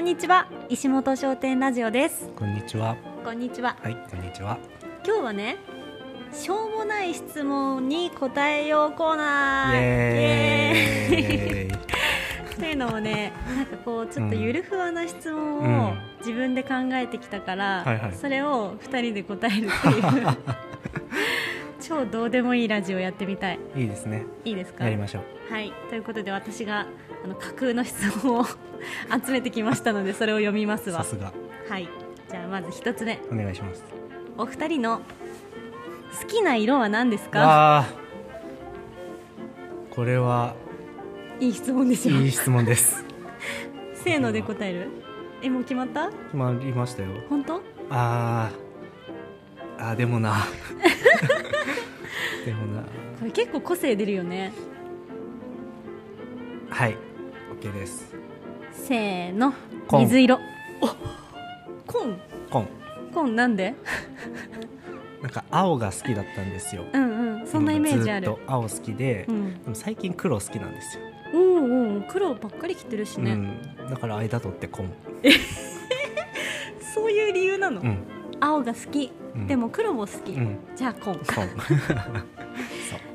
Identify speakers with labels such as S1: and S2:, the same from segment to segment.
S1: んにちは石本商店ラジオです
S2: こんにちは。
S1: こんにちは
S2: はい、こんにちは。
S1: 今日はねしょうもない質問に答えようコーナー
S2: イ
S1: イエーイ
S2: エーイ。
S1: っていうのをねなんかこうちょっとゆるふわな質問を
S2: うん
S1: 自分で考えてきたから、
S2: はいはい
S1: それを二人で答えるっていう 超どうでもいいラジオやってみたい
S2: いいですね。
S1: いいですか
S2: やりましょう。
S1: はい、ということで私があの架空の質問を 集めてきましたのでそれを読みます
S2: さ
S1: わ
S2: すが。
S1: はいじゃあまず一つ目
S2: お願いします。
S1: お二人の好きな色は何ですか
S2: わあ。これはい
S1: い質問ですよ
S2: いい質 問です。
S1: せーので答えるえもう決まった
S2: 決まりましたよ。
S1: 本当
S2: あーあー、でもな。 でもな。
S1: これ結構個性出るよね
S2: はい。オッケーです。
S1: せーの
S2: 紺
S1: 水色お紺
S2: 紺。
S1: 紺なんで
S2: なんか青が好きだったんですよ。
S1: うんうんそんなイメージあ
S2: ず
S1: る
S2: っと青好きで、
S1: うん、
S2: でも最近黒好きなんですよ。
S1: おうおう黒ばっかり着てるしね、
S2: うん。だから間取って紺。
S1: そういう理由なの、
S2: うん。
S1: 青が好き、
S2: うん
S1: でも黒も好き、
S2: うん。
S1: じゃあ紺
S2: そうそう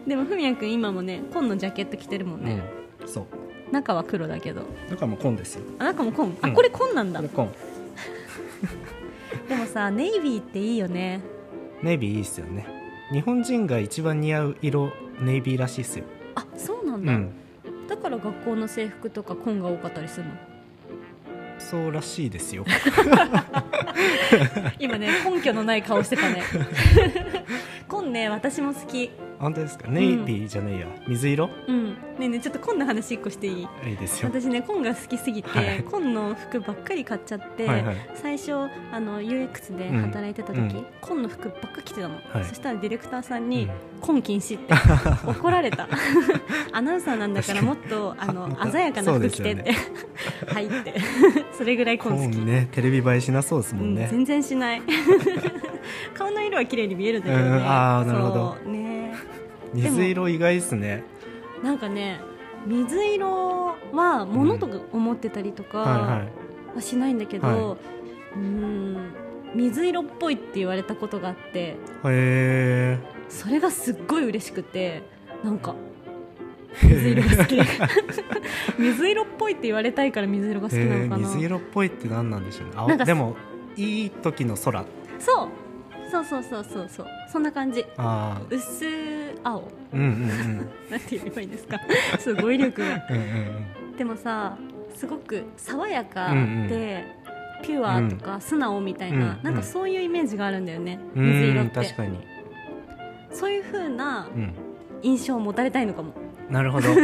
S1: でもふみやくん今もね紺のジャケット着てるもんね、
S2: うん、そう
S1: 中は黒だけど
S2: だからもう紺ですよ
S1: あ中も紺あ
S2: うん
S1: これ紺なんだ、
S2: これ紺
S1: でもさネイビーっていいよね
S2: ネイビーいいっすよね日本人が一番似合う色ネイビーらしいっすよ、
S1: あそうなん
S2: う
S1: だ、
S2: ん、
S1: だから学校の制服とか紺が多かったりする の
S2: そうらしいです よ
S1: 今ね根拠のない顔して たね紺ね私も好き
S2: 本当ですかネイビーじゃねえや、水色
S1: うんねえねえちょっと紺の話一個していい
S2: いいですよ
S1: 私ね紺が好きすぎて、
S2: はい
S1: 紺の服ばっかり買っちゃって、
S2: はいはい
S1: 最初あの UX で働いてた時、
S2: うんうん
S1: 紺の服ばっか着てたの、
S2: はい
S1: そしたらディレクターさん
S2: う
S1: に
S2: ん
S1: 「紺禁止」って 怒られた アナウンサーなんだからもっとあの
S2: また
S1: 鮮やかな
S2: そう
S1: 服
S2: で
S1: 着
S2: す
S1: て
S2: よ
S1: って、
S2: ね
S1: はいって それぐらい紺好き、
S2: 紺ねテレビ映えしなそうです
S1: う
S2: もん
S1: ん、
S2: ね、
S1: 全然しない 顔の色は綺麗に見えるんだけどね、
S2: うんあーなるほど
S1: そうねでも
S2: 水色意外っすね
S1: なんかね水色は物とか思ってたりとか、
S2: は
S1: はしないんだけど、
S2: は
S1: うーん水色っぽいって言われたことがあって
S2: いはいへ
S1: それがすっごい嬉しくてなんか
S2: え
S1: 水色が好き 水色っぽいって言われたいから水色が好きなのかな
S2: 水色っぽいって何なんでしょうね青
S1: なんか
S2: でもいい時の空
S1: そうそうそうそうそうそうそんな感じ
S2: あー
S1: 薄青
S2: うんうんうん
S1: なんて言えばいいんです かすごい語彙力が
S2: うんうんうん
S1: でもさすごく爽やかで、
S2: うんうん
S1: ピュアとか素直みたいな、
S2: うん
S1: なんかそういうイメージがあるんだよね、
S2: う
S1: 水色
S2: ー
S1: っ
S2: ん
S1: て
S2: 確かに、
S1: そういう風な
S2: うん、
S1: 印象を持たれたいのかも
S2: なる ほど好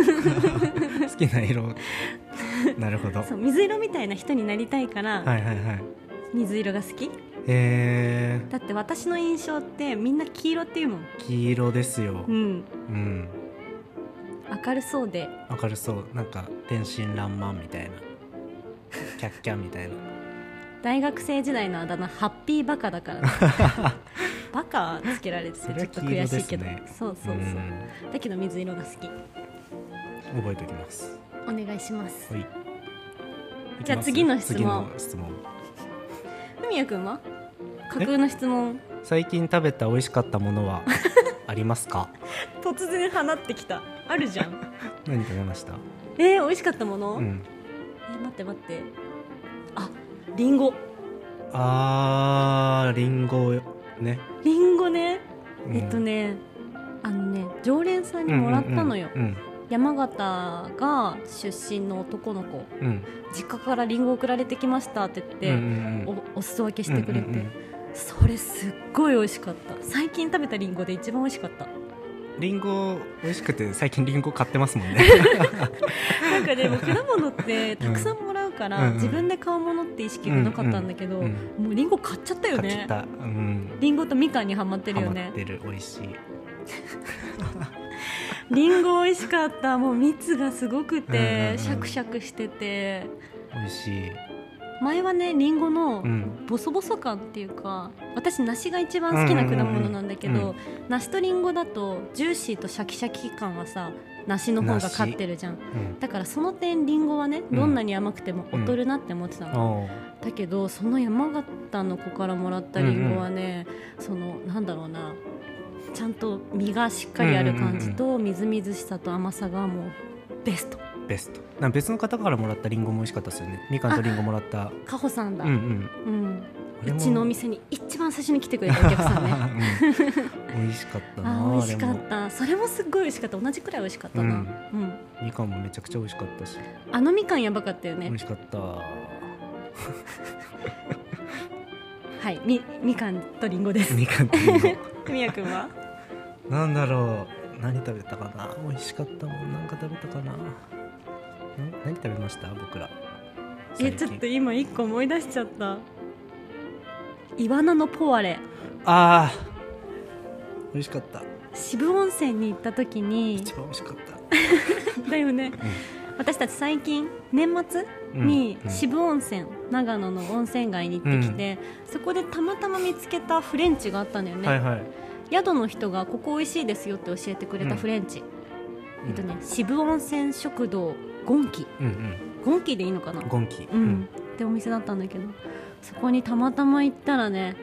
S2: きな色なるほどは
S1: そう水色みたいな人になりたいから、
S2: いはいはい
S1: 水色が好き
S2: え
S1: だって私の印象ってみんな黄色っていうもん
S2: ー、黄色ですよ
S1: うん
S2: うん
S1: 明るそうで
S2: わかるそうなんか天真爛漫みたいなキャッキャみたいな
S1: 大学生時代のあだ名ハッピーバカだから、 ね、バカつけられてて
S2: それ
S1: ちょ
S2: は
S1: っと
S2: 黄色
S1: 悔
S2: で
S1: し
S2: すね
S1: いけど、そうそうそう、
S2: ん
S1: だけど水色が好き
S2: 覚えておきます
S1: お願いします
S2: はい
S1: じゃあ
S2: いきます
S1: 次の質問
S2: 次の質問
S1: ふみやくんは架空の質問
S2: 最近食べた美味しかったもの はありますか
S1: 突然放ってきたあるじ ゃん
S2: 何食べました
S1: えー、美味しかったもの、
S2: うん
S1: え待って待ってあリンゴ
S2: あーりんごね、
S1: リンゴね
S2: うん
S1: えっとね、あのね常連さんにもらったのよ、
S2: うんうん
S1: 山形が出身の男の子
S2: うんうん
S1: 実家からリンゴ送られてきましたって言って、
S2: うんうんうん
S1: おお裾分けしてくれて、
S2: うんうんうん
S1: それすっごい美味しかった最近食べたリンゴで一番美味しかった
S2: リンゴ美味しくて最近リンゴ買ってますも んね。
S1: なんかでも果物ってたくさんもらうから、
S2: うんうん
S1: 自分で買うものって意識がなかったんだけど、
S2: うん
S1: もうリンゴ買っちゃったよ
S2: 買っちゃ
S1: ね
S2: った。うん。
S1: リンゴとみかんにはまってるよ
S2: ハ
S1: ね
S2: マってる美味しい。
S1: リンゴ美味しかったもう蜜がすごくて、
S2: うんうん
S1: シャクシャクしてて
S2: 美味しい。
S1: 前はねりんごの
S2: うん。
S1: ボソボソ感っていうか私梨が一番好きな果物なんだけど、
S2: うんうんうん
S1: 梨とりんごだとジューシーとシャキシャキ感はさ梨の方が勝ってるじゃん
S2: うん
S1: だからその点りんごはね
S2: うん
S1: どんなに甘くても劣るなって思ってたの、
S2: おー
S1: だけどその山形の子からもらったりんごはね、そのなんだろうなちゃんと実がしっかりある感じと、みずみずしさと甘さがもうベスト
S2: ベストなんか別の方からもらったリンゴも美味しかったですよねみかんとリンゴもらった
S1: かほさんだ、
S2: うんうん
S1: うん
S2: あ
S1: う
S2: れも
S1: ちのお店に一番最初に来てくれたお客さんね
S2: うん美味しかったな
S1: あー美味しか
S2: あれ
S1: っ
S2: も
S1: たそれもすっごい美味しかった同じくらい美味しかったな、うん
S2: みかんもめちゃくちゃ美味しかったし
S1: あのみかんやばかったよ
S2: 美
S1: ね
S2: 味しかった
S1: はいみみかんとりんごです
S2: みかんとリンゴ
S1: みやくん は
S2: なんだろう何食べたかな美味しかったもんなんか食べたかなん何食べました僕ら
S1: え
S2: 最
S1: ち
S2: 近
S1: ょっと今一個思い出しちゃったイワナのポワレ
S2: ああ美味しかった
S1: 渋温泉に行った時 に
S2: 一番美味しかった
S1: だよね、私たち最近年末に
S2: うん
S1: 渋温泉、長野の温泉街に行ってきて、そこでたまたま見つけたフレンチがあったんだよね、
S2: はいはい
S1: 宿の人がここ美味しいですよって教えてくれたフレンチ、えっとね渋温泉食堂ゴンキ
S2: うんうん
S1: ゴンキでいいのかな
S2: ゴンキう
S1: うん、ってお店だったんだけどそこにたまたま行ったらね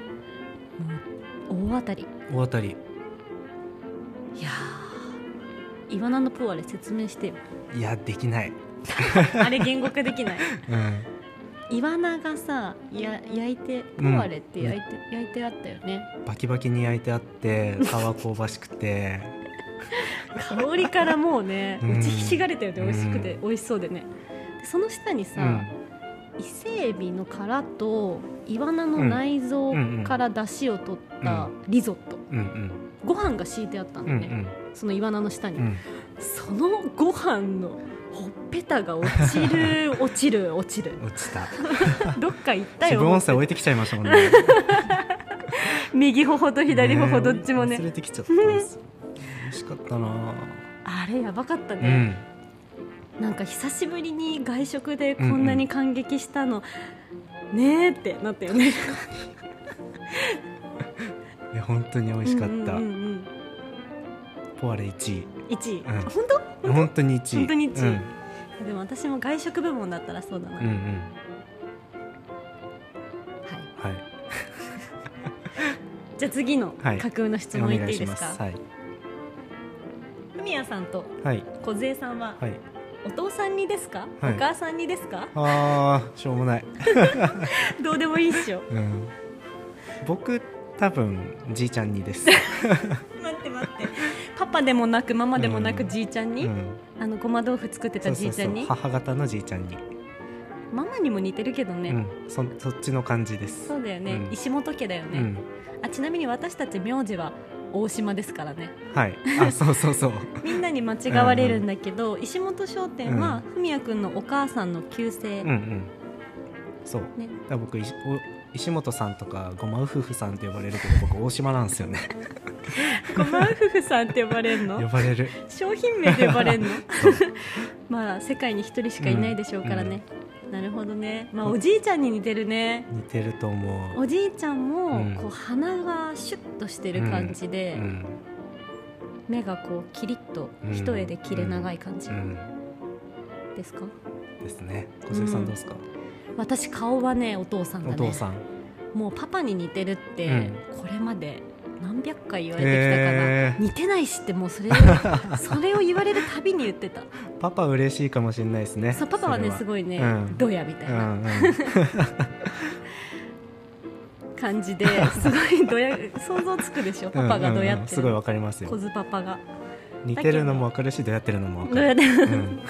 S1: もう大当たり
S2: 大当たり
S1: いやーイワナのプーアレ説明してよ
S2: いやできない
S1: あれ言語化でき ない
S2: うん
S1: イワナがさや焼いてプーアレって焼いて、焼いてあったよね
S2: バキバキに焼いてあって皮香ばしくて
S1: 香りからもうね
S2: うん
S1: 打ちひしがれたよね美味しくて、
S2: う
S1: 美味しそうでねで その下に
S2: う
S1: さ、
S2: ん
S1: 伊勢エビの殻とイワナの内臓から出汁を取ったリゾット、
S2: うん
S1: ご飯が敷いてあったん
S2: うんう
S1: だ
S2: ん
S1: ね、そのイワナの下に、
S2: うんうん
S1: そのご飯のほっぺたが落ち る落ちる落ちる
S2: 落ちた
S1: どっか行った
S2: 自分
S1: よ
S2: 音声置いてきちゃいましたもんね
S1: 右頬と左頬どっちもね
S2: 忘れてきちゃった んですよ美味しかったな
S1: あれやばかった
S2: う
S1: ね、
S2: ん
S1: なんか久しぶりに外食でこんなに感激したの、ねえってなったよね
S2: いや本当に美味しかっ
S1: うんうん
S2: た
S1: うん
S2: ポワレ1位
S1: うん、1位、
S2: ん
S1: 本
S2: 本当に1位
S1: 本当に一位
S2: うん
S1: 当でも私も外食部門だったらそうだな、
S2: うん
S1: はい
S2: うんはい
S1: じゃあ次の
S2: はい
S1: 架空の質問いっていいですか、
S2: はい
S1: 文也さんと
S2: はい
S1: 梢さんは、
S2: はい
S1: お父さんにですか、
S2: はい
S1: お母さんにですか
S2: あーしょうもない
S1: どうでもいいっし ょ
S2: うん僕多分じいちゃんにです
S1: 待って待ってパパでもなくママでもなく
S2: うん
S1: じいちゃんに、
S2: うん
S1: あのごま豆腐作ってたじいちゃんに
S2: 母方のじいちゃんに、
S1: ママにも似てるけどね、
S2: うん、そそっちの感じです
S1: そうだよね、
S2: うん
S1: 石本家だよ
S2: う
S1: ね、
S2: ん、
S1: あちなみに私たち名字は大島ですからね
S2: はいあそうそうそう
S1: みんなに間違われるんだけど、石本商店は文也君のお母さんの旧姓、
S2: うんうんそう
S1: ね
S2: だから僕石お石本さんとかごまう夫婦さんって呼ばれるけど僕大島なんですよね
S1: ごま夫婦さんって呼ばれる
S2: 呼
S1: の
S2: ばれる
S1: 商品名で呼ばれるの
S2: そう
S1: まあ世界に一人しかいないでしょうからね、なるほどねまあおじいちゃんに似てるね
S2: 似てると思う
S1: おじいちゃん
S2: うん
S1: もこう鼻がシュッとしてる感じで、
S2: うん
S1: 目がこうキリッと
S2: うん
S1: 一重で切れ長い感じ
S2: うん
S1: ですか、
S2: ですね小杉さんどうですか、
S1: 私顔はねお父さんが
S2: お
S1: ね
S2: 父さん
S1: もうパパに似てるって、
S2: うん
S1: これまで何百回言われてきたから、
S2: え
S1: 似てないしってもう それそれを言われるたびに言ってた
S2: ー、パパ嬉しいかもしれないですね
S1: そうパパはねす
S2: い
S1: ごいね、
S2: うん
S1: ドヤみたいうなん
S2: うん、
S1: 感じで、すごいドヤ想像つくでしょ パパがドヤ
S2: うんうんうん
S1: って
S2: す
S1: る、
S2: ごいわかります
S1: 小
S2: よ
S1: 津パパが
S2: 似てるのもわかるしどうやってるのもわか
S1: ドヤ
S2: る
S1: で
S2: うん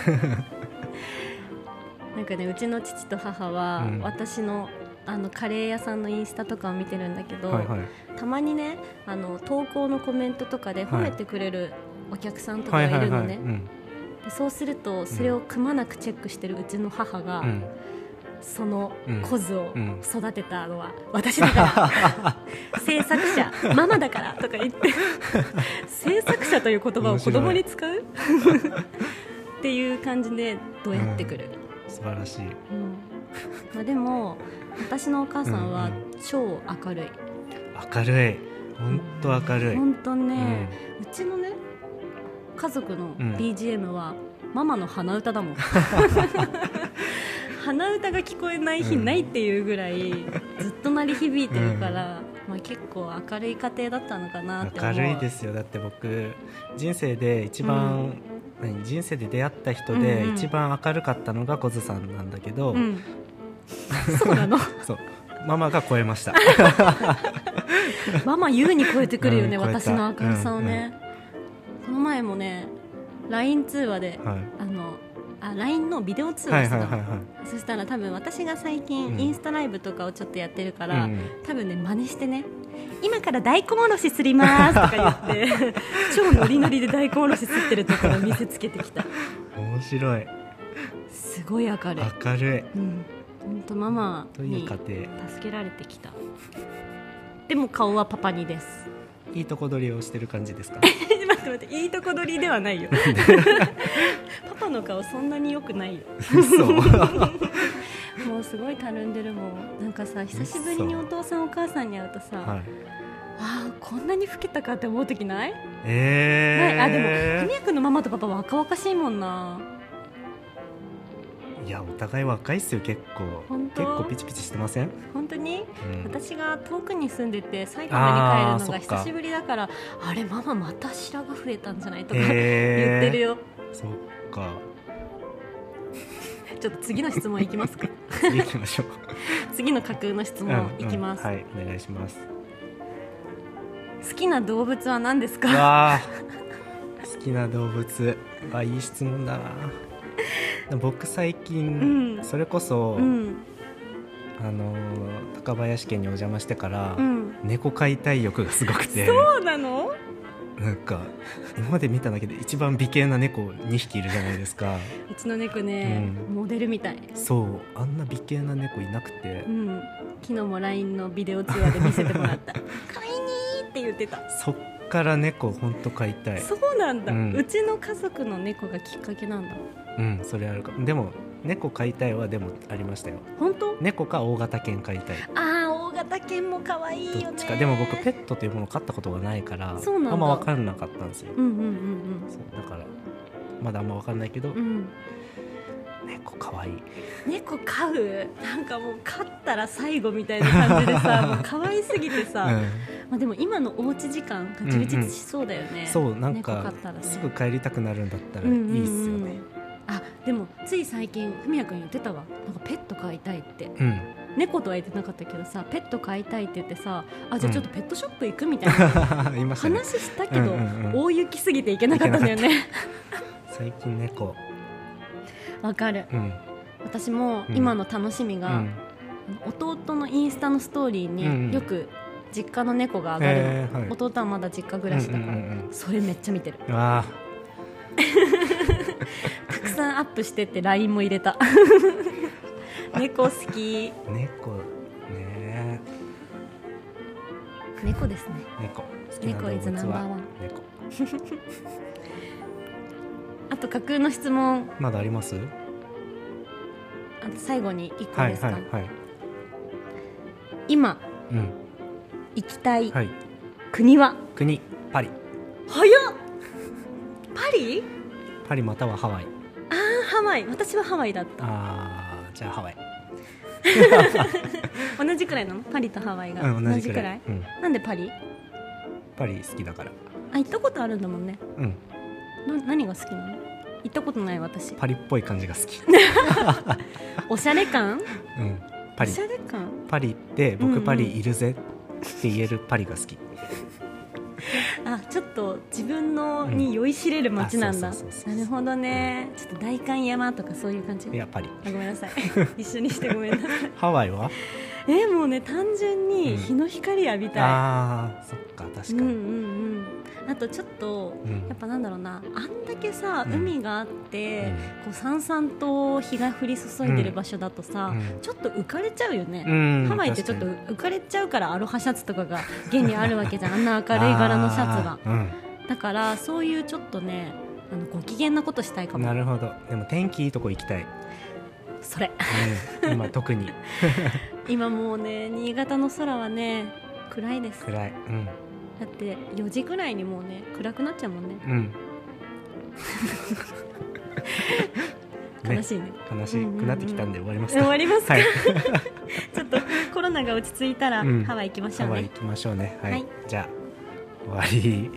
S1: なんかねうちの父と母は、
S2: うん
S1: 私のあのカレー屋さんのインスタとかを見てるんだけど、
S2: はいはい
S1: たまにねあの投稿のコメントとかで褒めてくれるお客さんとかがいるのね、
S2: うん
S1: でそうするとそれをくまなくチェックしてるうちの母が、
S2: うん
S1: その
S2: うん
S1: コズを
S2: うん
S1: 育てたのは私だ から、制作者ママだからとか言って制作者という言葉を子供に使うっていう感じでどうやってくる、
S2: 素晴らし
S1: う
S2: い
S1: んまあ、でも私のお母さんは
S2: うんうん
S1: 超明るい
S2: 明るい本当明るい、
S1: 本当ね、
S2: うん
S1: うちのね家族の
S2: ん
S1: BGM は、ママの鼻歌 だもん鼻歌が聞こえない日ないっていうぐらい、ずっと鳴り響いてるから、まあ、結構明るい家庭だったのかなって思
S2: 明
S1: う
S2: るいですよだって僕人生で一番、何人生で出会った人
S1: うん
S2: で
S1: うん
S2: 一番明るかったのが小津さんなんだけど、
S1: うん、そうなの
S2: そうママが超えま した
S1: ママ優に超えてくるよね、
S2: うん超えた
S1: 私の明るさをね、この前もね LINE 通話で
S2: はい
S1: あのあ LINE のビデオ通
S2: は
S1: 話して
S2: い
S1: た
S2: はい
S1: の、
S2: はいはい
S1: そしたら多分私が最
S2: う
S1: 近
S2: ん
S1: インスタライブとかをちょっとやってるか
S2: う
S1: ら、
S2: ん
S1: 多分ね真似してね今から大根おろしすりますとか言って 超ノリノリで大根おろしすってるところを見せつけてきた
S2: 面白い
S1: すごい明るい
S2: 明るい
S1: うん本当ママ
S2: とい
S1: に
S2: い家庭
S1: 助けられてきたでも顔はパパにです
S2: いいとこ取りをしてる感じですか
S1: 待って待っていいとこ取りでは ないよパパの顔そんなに良くないよ
S2: 嘘
S1: もうすごいたるんでるもんなんかさ久しぶりにお
S2: 嘘
S1: 父さんお母さんに会うとさ、
S2: はい
S1: あーこんなに老けたかって思う時ない、ないあでも
S2: え
S1: 文也君のママとパパは若々しいもんな
S2: ー、いやお互い若いっすよ結構
S1: 本当
S2: 結構ピチピチしてません、
S1: 本当に
S2: うん
S1: 私が遠くに住んでて埼玉に帰るのが
S2: あーそっか
S1: 久しぶりだからあれママまた白が増えたんじゃないとか言っ
S2: えー
S1: てるよ、
S2: そっか
S1: ちょっと次の質問いきますか
S2: 次行きましょう
S1: 次の架空の 質問いきます、
S2: うんうんはいお願いします
S1: 好きな動物は何ですか
S2: わあ好きな動物あいい質問だなでも僕最近、
S1: うん
S2: それこそ、
S1: うん
S2: あのー高林家にお邪魔してから、
S1: うん
S2: 猫飼いたい欲がすごくて
S1: そうなの
S2: なんか今まで見ただけで一番美形な猫2匹いるじゃないですか
S1: うちの猫ね、
S2: うん
S1: モデルみたい
S2: そうあんな美形な猫いなくて
S1: うん昨日も LINE のビデオ通話で見せてもら った「かいにー」って言ってた
S2: そっから猫ほんと飼いたい
S1: そうなんだ、う
S2: うん
S1: ちの家族の猫がきっかけなんだ
S2: うんそれあるかでも猫飼いたいはでもありましたよ
S1: 本当
S2: 猫か大型犬飼いたい
S1: ああ大型犬も可愛いよね
S2: どっちかでも僕ペットというものを飼ったことがないから
S1: そうなんだ
S2: あんま分かんなかったんですよ、
S1: うんうんうん
S2: そうだからまだあんま分かんないけど、
S1: うんうん
S2: 猫かわいい
S1: 猫飼うなんかもう飼ったら最後みたいな感じで さもう可愛すぎてさ、まあ、でも今のおうち時間が充実しそうだよね、
S2: うん、そうなん
S1: 猫飼
S2: か
S1: ったらね
S2: すぐ帰りたくなるんだったら
S1: う
S2: い
S1: んうんうん
S2: いっすよね
S1: あでもつい最近ふみやくん言ってたわなんかペット飼いたいって
S2: うん、
S1: 猫とは言ってなかったけどさペット飼いたいって言ってさあじゃあちょっとペットショップ行くみたいな
S2: いましたね
S1: 話したけど、
S2: うんうんうん
S1: 大雪すぎて行けなかったんだよね
S2: 最近猫
S1: わかる
S2: うん
S1: 私も
S2: うん
S1: 今の楽しみ
S2: う
S1: が、
S2: ん
S1: 弟のインスタのストーリー
S2: うんうん
S1: によく実家の猫が上がるの、
S2: えーはい
S1: 弟はまだ実家暮らしだから、
S2: うんうんうん
S1: それめっちゃ見てる
S2: うんあ
S1: たくさんアップしてって LINE も入れ た猫好き
S2: ー猫ね
S1: 猫ですね
S2: 猫好きな動
S1: 猫 is
S2: 物
S1: number
S2: は
S1: one
S2: 猫
S1: あと架空の質問
S2: まだあります
S1: あと最後に1個
S2: はい
S1: ですか、
S2: はいはい
S1: 今
S2: うん
S1: 行きたい
S2: はい
S1: 国は、
S2: 国パリ
S1: 早っパリ
S2: パリまたはハワイ
S1: あーハワイ私はハワイだった
S2: あーじゃあハワイ、
S1: 同じくらいなのパリとハワイが、
S2: うん、同じくらいうん、
S1: なんでパリ
S2: パリ好きだから、
S1: あ行ったことあるんだもんね
S2: うん、
S1: な何が好きなの行ったことない私
S2: パリっぽい感じが 好き、
S1: おしゃれ感
S2: うん、パリ
S1: おしゃれ感
S2: パリって
S1: うんう
S2: 僕
S1: ん
S2: パリいるぜって言えるパリが好き、
S1: あちょっと自分のに酔いしれる街なんだ、
S2: うんあそうそうそうそう
S1: なるほどねちょっと代官山とかそういう感じ
S2: いやパリ
S1: あごめんな さい一緒にしてごめんなさい
S2: ハワイは
S1: えもうね単純に
S2: うん
S1: 日の光浴びた
S2: あーそっか確
S1: い、
S2: か
S1: うん、うん
S2: に、う
S1: う
S2: ん
S1: んあとちょっとやっぱなんだろうなあんだけさ
S2: うん
S1: 海があって、こうさんさんと日が降り注いでる場所だとさ、ちょっと浮かれちゃうよね、
S2: うん
S1: ハワイってちょっと
S2: 確
S1: 浮かれちゃうからアロハシャツとかが 現にあるわけじゃんあんな明るい柄のシャツが
S2: あーうん
S1: だからそういうちょっとねあのご機嫌なことしたいか
S2: な
S1: も
S2: るほどでも天気いいとこ行きたい、
S1: それ
S2: うん、今特に
S1: 今もうね新潟の空はね暗いですだ
S2: 暗いうん
S1: って4時ぐらいにもうね暗くなっちゃうもんね
S2: うんね
S1: 悲しいね
S2: 悲しくなってきたんで終わりますか
S1: 終わり ますか、
S2: はい
S1: ちょっとコロナが落ち着いたら
S2: うん
S1: ハワイ行きまし
S2: ハ
S1: ょう
S2: ワイ
S1: ね
S2: 行きましょうねはい、
S1: はい
S2: じゃあ終わり